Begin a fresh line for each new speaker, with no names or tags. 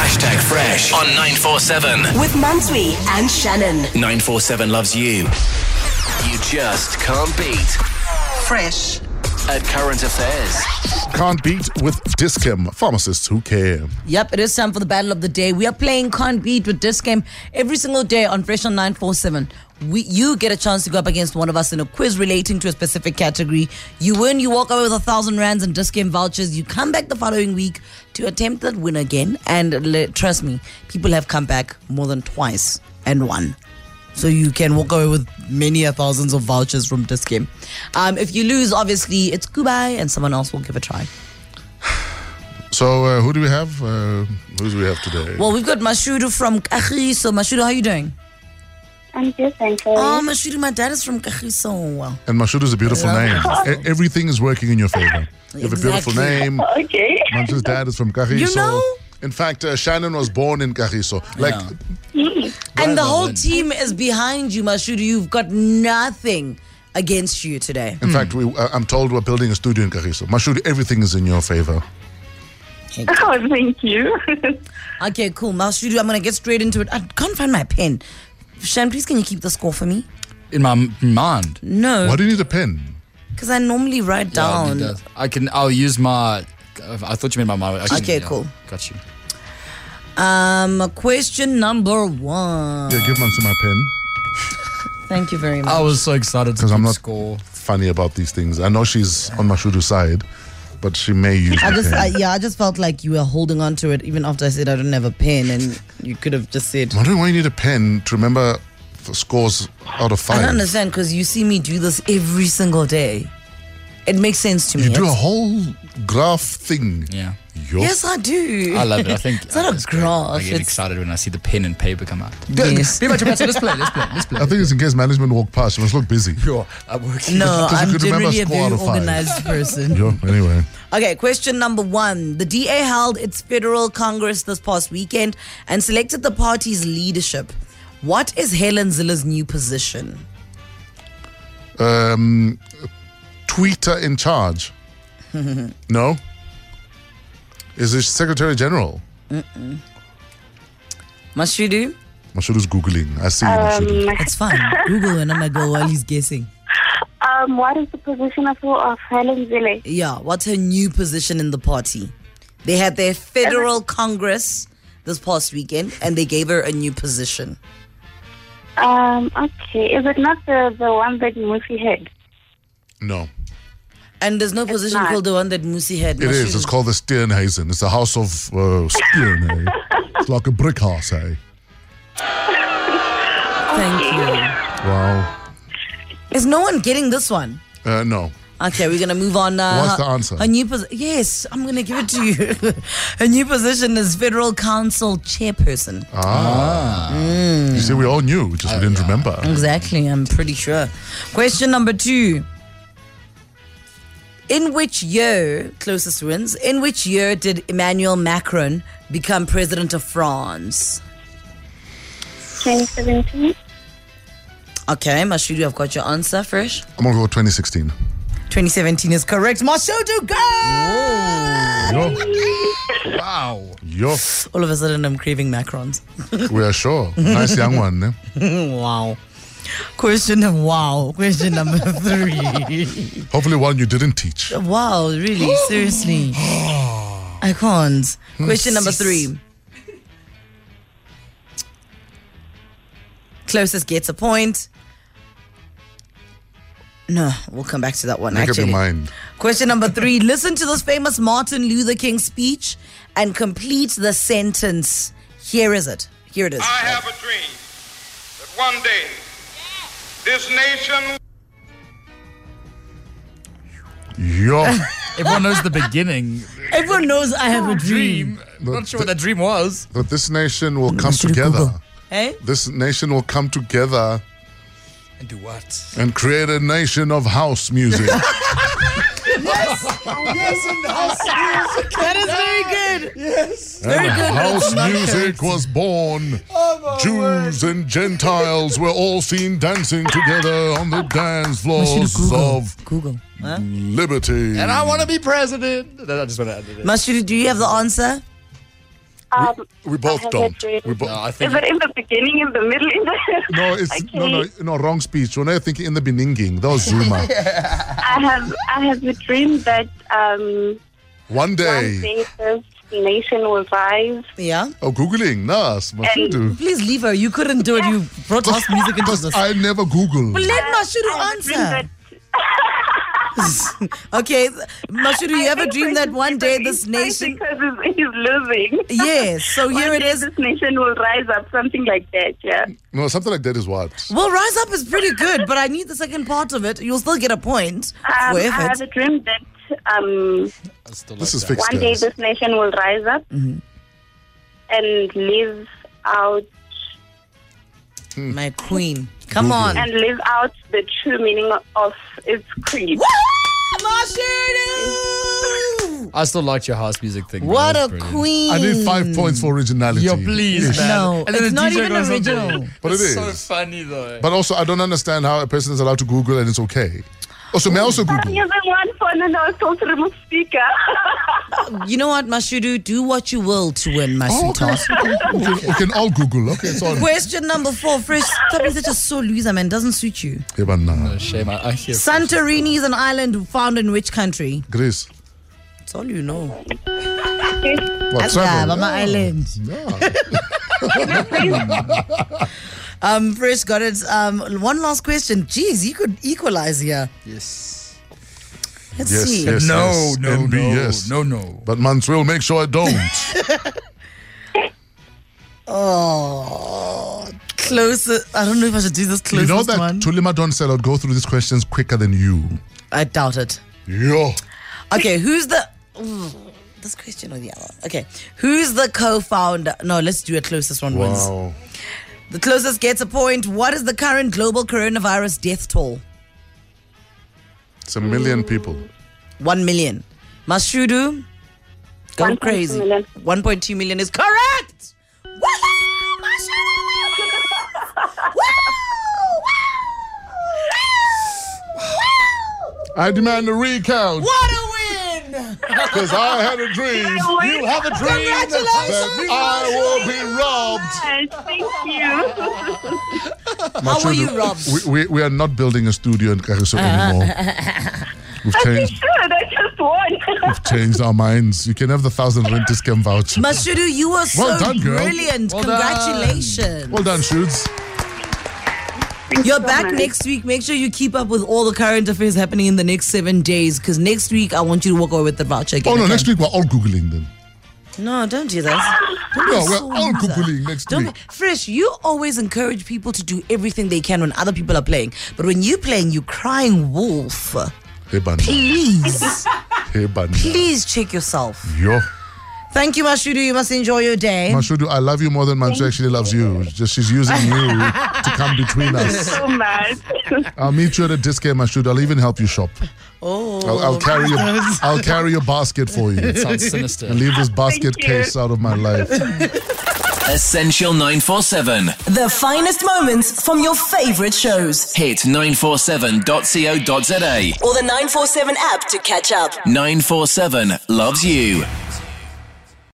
Hashtag Fresh on 947.
With Mansui and Shannon.
947 loves you. You just can't beat
Fresh.
at current affairs.
Can't beat with Discam, pharmacists who care.
Yep, it is time for the battle of the day. We are playing Can't Beat with this game every single day on Fresh on 947. We, you get a chance to go up against one of us in a quiz relating to a specific category. You win, you walk away with a thousand rands and disc game vouchers. You come back the following week to attempt that win again. And le- trust me, people have come back more than twice and won. So you can walk away with many a thousands of vouchers from this game. Um, if you lose, obviously it's goodbye and someone else will give a try.
So, uh, who do we have? Uh, who do we have today?
Well, we've got Mashudu from Kagiso. Mashudu, how are you doing?
I'm good, thank you.
Oh, Mashudu, my dad is from Kagiso. Wow.
and Mashudu is a beautiful name.
Yeah.
E- everything is working in your favor. You have a beautiful
Exactly.
name.
okay.
Manchu's dad is from Kahiso.
You know?
In fact, uh, Shannon was born in Kahiso. Like,
And the
Driver
whole
win.
team is behind you, Mashudu. You've got nothing against you today.
in fact, we, uh, I'm told we're building a studio in Kahiso. Mashudu, everything is in your favor.
Oh, thank you.
Okay, cool. Mashudu, I'm going to get straight into it. I can't find my pen. Shan, please can you keep the score for me?
in my m- mind.
Why
No,
do you need a pen?
because I normally write
Yeah, I
down.
need that. I can. I'll use my. I thought you meant my mind. Actually,
Okay,
yeah,
cool.
Got you.
um, question number one.
Yeah, give Manchu my pen.
Thank you very much.
I was so excited because
I'm not-
score.
Funny about these things. I know she's on Mashudu's side, but she may use
I
the
just,
pen.
I, yeah, I just felt like you were holding on to it even after I said I don't have a pen, and you could have just said.
I'm wondering why you need a pen to remember f- scores out of
I
five.
don't understand because you see me do this every single day. It makes sense to me.
You do a
It's-
whole graph thing.
Yeah.
Yo.
yes, I do.
I love it. I think
It's not a graph,
I get
it's-
excited when I see the pen and paper come out.
Yes.
Be much, let's play. Let's play. Let's play.
I think it's in case management walk past. You must look busy.
Sure, I'm working.
no,
Because you
I'm
could remember
generally a
score
very
out of five.
organized person.
Yo, anyway.
Okay, question number one. The DA held its federal congress this past weekend and selected the party's leadership. What is Helen Zilla's new position?
Um, tweeter in charge. no? Is it Secretary General?
Mashudu?
Mashudu's Googling. I see you, Mashudu.
um,
It's fine. Google and I'm going to go while he's guessing.
um, what is the position of, of Helen Zille?
Yeah, what's her new position in the party? They had their federal congress this past weekend and they gave her a new position.
Um, okay. Is it not the, the one that Musi had?
No.
And there's no position
not.
called the one that Musi had.
It is. It's called the Stirnhazen. It's the house of uh, Stirn, eh? It's like a brick house, eh?
Thank you.
Wow.
Is no one getting this one?
Uh, no.
Okay, we're gonna move on. Uh,
What's the
her-
answer?
Her new posi- yes, I'm gonna give it to you. her new position is federal council chairperson.
You see, we all knew, we just we didn't remember.
Exactly, I'm pretty sure. Question number two. In which year, closest wins, in which year did Emmanuel Macron become president of France?
2017?
Okay, Mashudu, I've got your answer fresh.
I'm going to go 2016.
2017 is correct. Mashudu, go!
Yo.
Wow.
Yo.
All of a sudden, I'm craving Macrons.
We are sure. Nice young one. eh?
Wow. Question number wow. Question number three.
Hopefully, one you didn't teach.
Wow, really? Seriously? I can't.
Hmm.
Question number three. Closest gets a point. No, we'll come back to that one.
Make up your
actually,
mind.
question number three. Listen to this famous Martin Luther King speech and complete the sentence. Here is it. Here it is.
I have a dream that one day this nation
Yo.
Everyone knows the beginning.
Everyone knows I have a dream.
Dream. Not sure what that dream was.
That this nation will come
Mr.
together.
Google. Hey?
This nation will come together
And do what?
and create a nation of house music.
That is very
and
good. good, but
house
it's not
music was born. Jews and Gentiles were all seen dancing together on the dance floors of
Google. Huh?
liberty.
And I want to be president. That- I just want to add it. in.
Mashudu, do you have the answer?
Um,
We both
I have
don't.
it written.
We bo-
No, I
Is
think
it in the beginning, in the middle, in the
No, it's
okay.
no, no, no, wrong speech. When I think in the Beninging, that was Zuma.
I have I have a dream that um,
One
one
day.
day this nation will rise.
Yeah.
Oh, Googling. Nice. Mashudu.
Please leave her. You couldn't do it. You brought house music into
Because
this.
I never Google.
But let
I have a dream
Mashudu
that-
answer. okay, Mashudu, you
I
have a
think
dream
Prince
that
is
one day
very
this
inspired
nation.
because he's, he's losing.
Yes, so here
One
it
day
is.
This nation will rise up, something like that. Yeah.
No, something like that is what?
Well, Rise Up is pretty good, but I need the second part of it. You'll still get a point.
Um, I
with
have
it.
a dream that um,
it's still
This is
like that.
fixed.
one day
guys.
this nation will rise up and live out
My queen. Come
Mm. Google.
on.
and live out the true meaning of its creed.
Woo! Mashudu!
I still liked your house music thing.
What
That
a
was brilliant.
queen.
I need five points for originality.
Yo, please, man.
No,
And then
it's
the
not
DJ
even
goes on
original.
there.
But it
it's so
is.
funny though.
But also, I don't understand how a person is allowed to Google and it's okay. Oh, so may I also
I'm
Google?
using one phone and I was told to remove speaker.
You know what, Mashudu? Do what you will to win, my
Oh, okay.
sweetheart.
We can, we can all Google. Okay, it's on.
Question number four. Fresh. Stop being such a sore loser, man. Doesn't suit you.
Yeah, but nah.
A shame. I, I hear.
Santorini is an island found in which country?
Greece.
That's all you know.
What, seven?
I'm an island.
Yeah.
Um, Fresh got it. Um, one last question. Jeez, you could equalize here.
Yes.
Let's
Yes,
see.
yes.
No, no,
NB,
no,
yes.
no, no.
But Mans will make sure I don't.
Oh, closer. I don't know if I should do this
you
closest
know that
one.
Tulima Doncel would go through these questions quicker than you.
I doubt it.
Yo.
Okay, who's the. Ooh, This question or the other? Okay, who's the co-founder? No, let's do a closest one wins.
Wow.
The closest gets a point. What is the current global coronavirus death toll?
It's a million people.
One million. Mashudu, go
1.2
crazy.
million.
One point two million is correct. Wow, Mashudu!
I demand a recount
What a win!
because I had a dream. You have a dream that
Congratulations.
I will be robbed.
Yes, Thank you.
How were you robbed?
We, we, we are not building a studio in Kagiso anymore. We've changed,
Good, I just won.
changed our minds. You can have the thousand rent discount voucher.
Mashudu, you were so
Well done, girl.
brilliant.
Well
Congratulations.
Well done, Shoots.
You're
so
back
much.
next week. Make sure you keep up with all the current affairs happening in the next seven days because next week I want you to walk away with the voucher again.
Oh no,
okay?
next week we're all Googling then.
No, don't do that. Don't be
No,
a
we're
sore
all
loser.
Googling next
Don't
week.
be- Fresh, you always encourage people to do everything they can when other people are playing. But when you're playing, you're crying wolf.
Hey, Banda.
Please,
Hey, Banda.
please check yourself.
Yo.
Thank you, Mashudu. You must enjoy your day.
Mashudu, I love you more than Mansu actually loves you. Just she's using you to come between us.
so much.
I'll meet you at a disc game, Mashudu. I'll even help you shop.
oh.
I'll, I'll carry your, I'll carry your basket for you.
Sounds sinister.
And leave this basket
you.
case out of my life.
Essential 947.
The finest moments from your favorite shows.
Hit 947.co.za.
Or the 947 app to catch up.
947 loves you.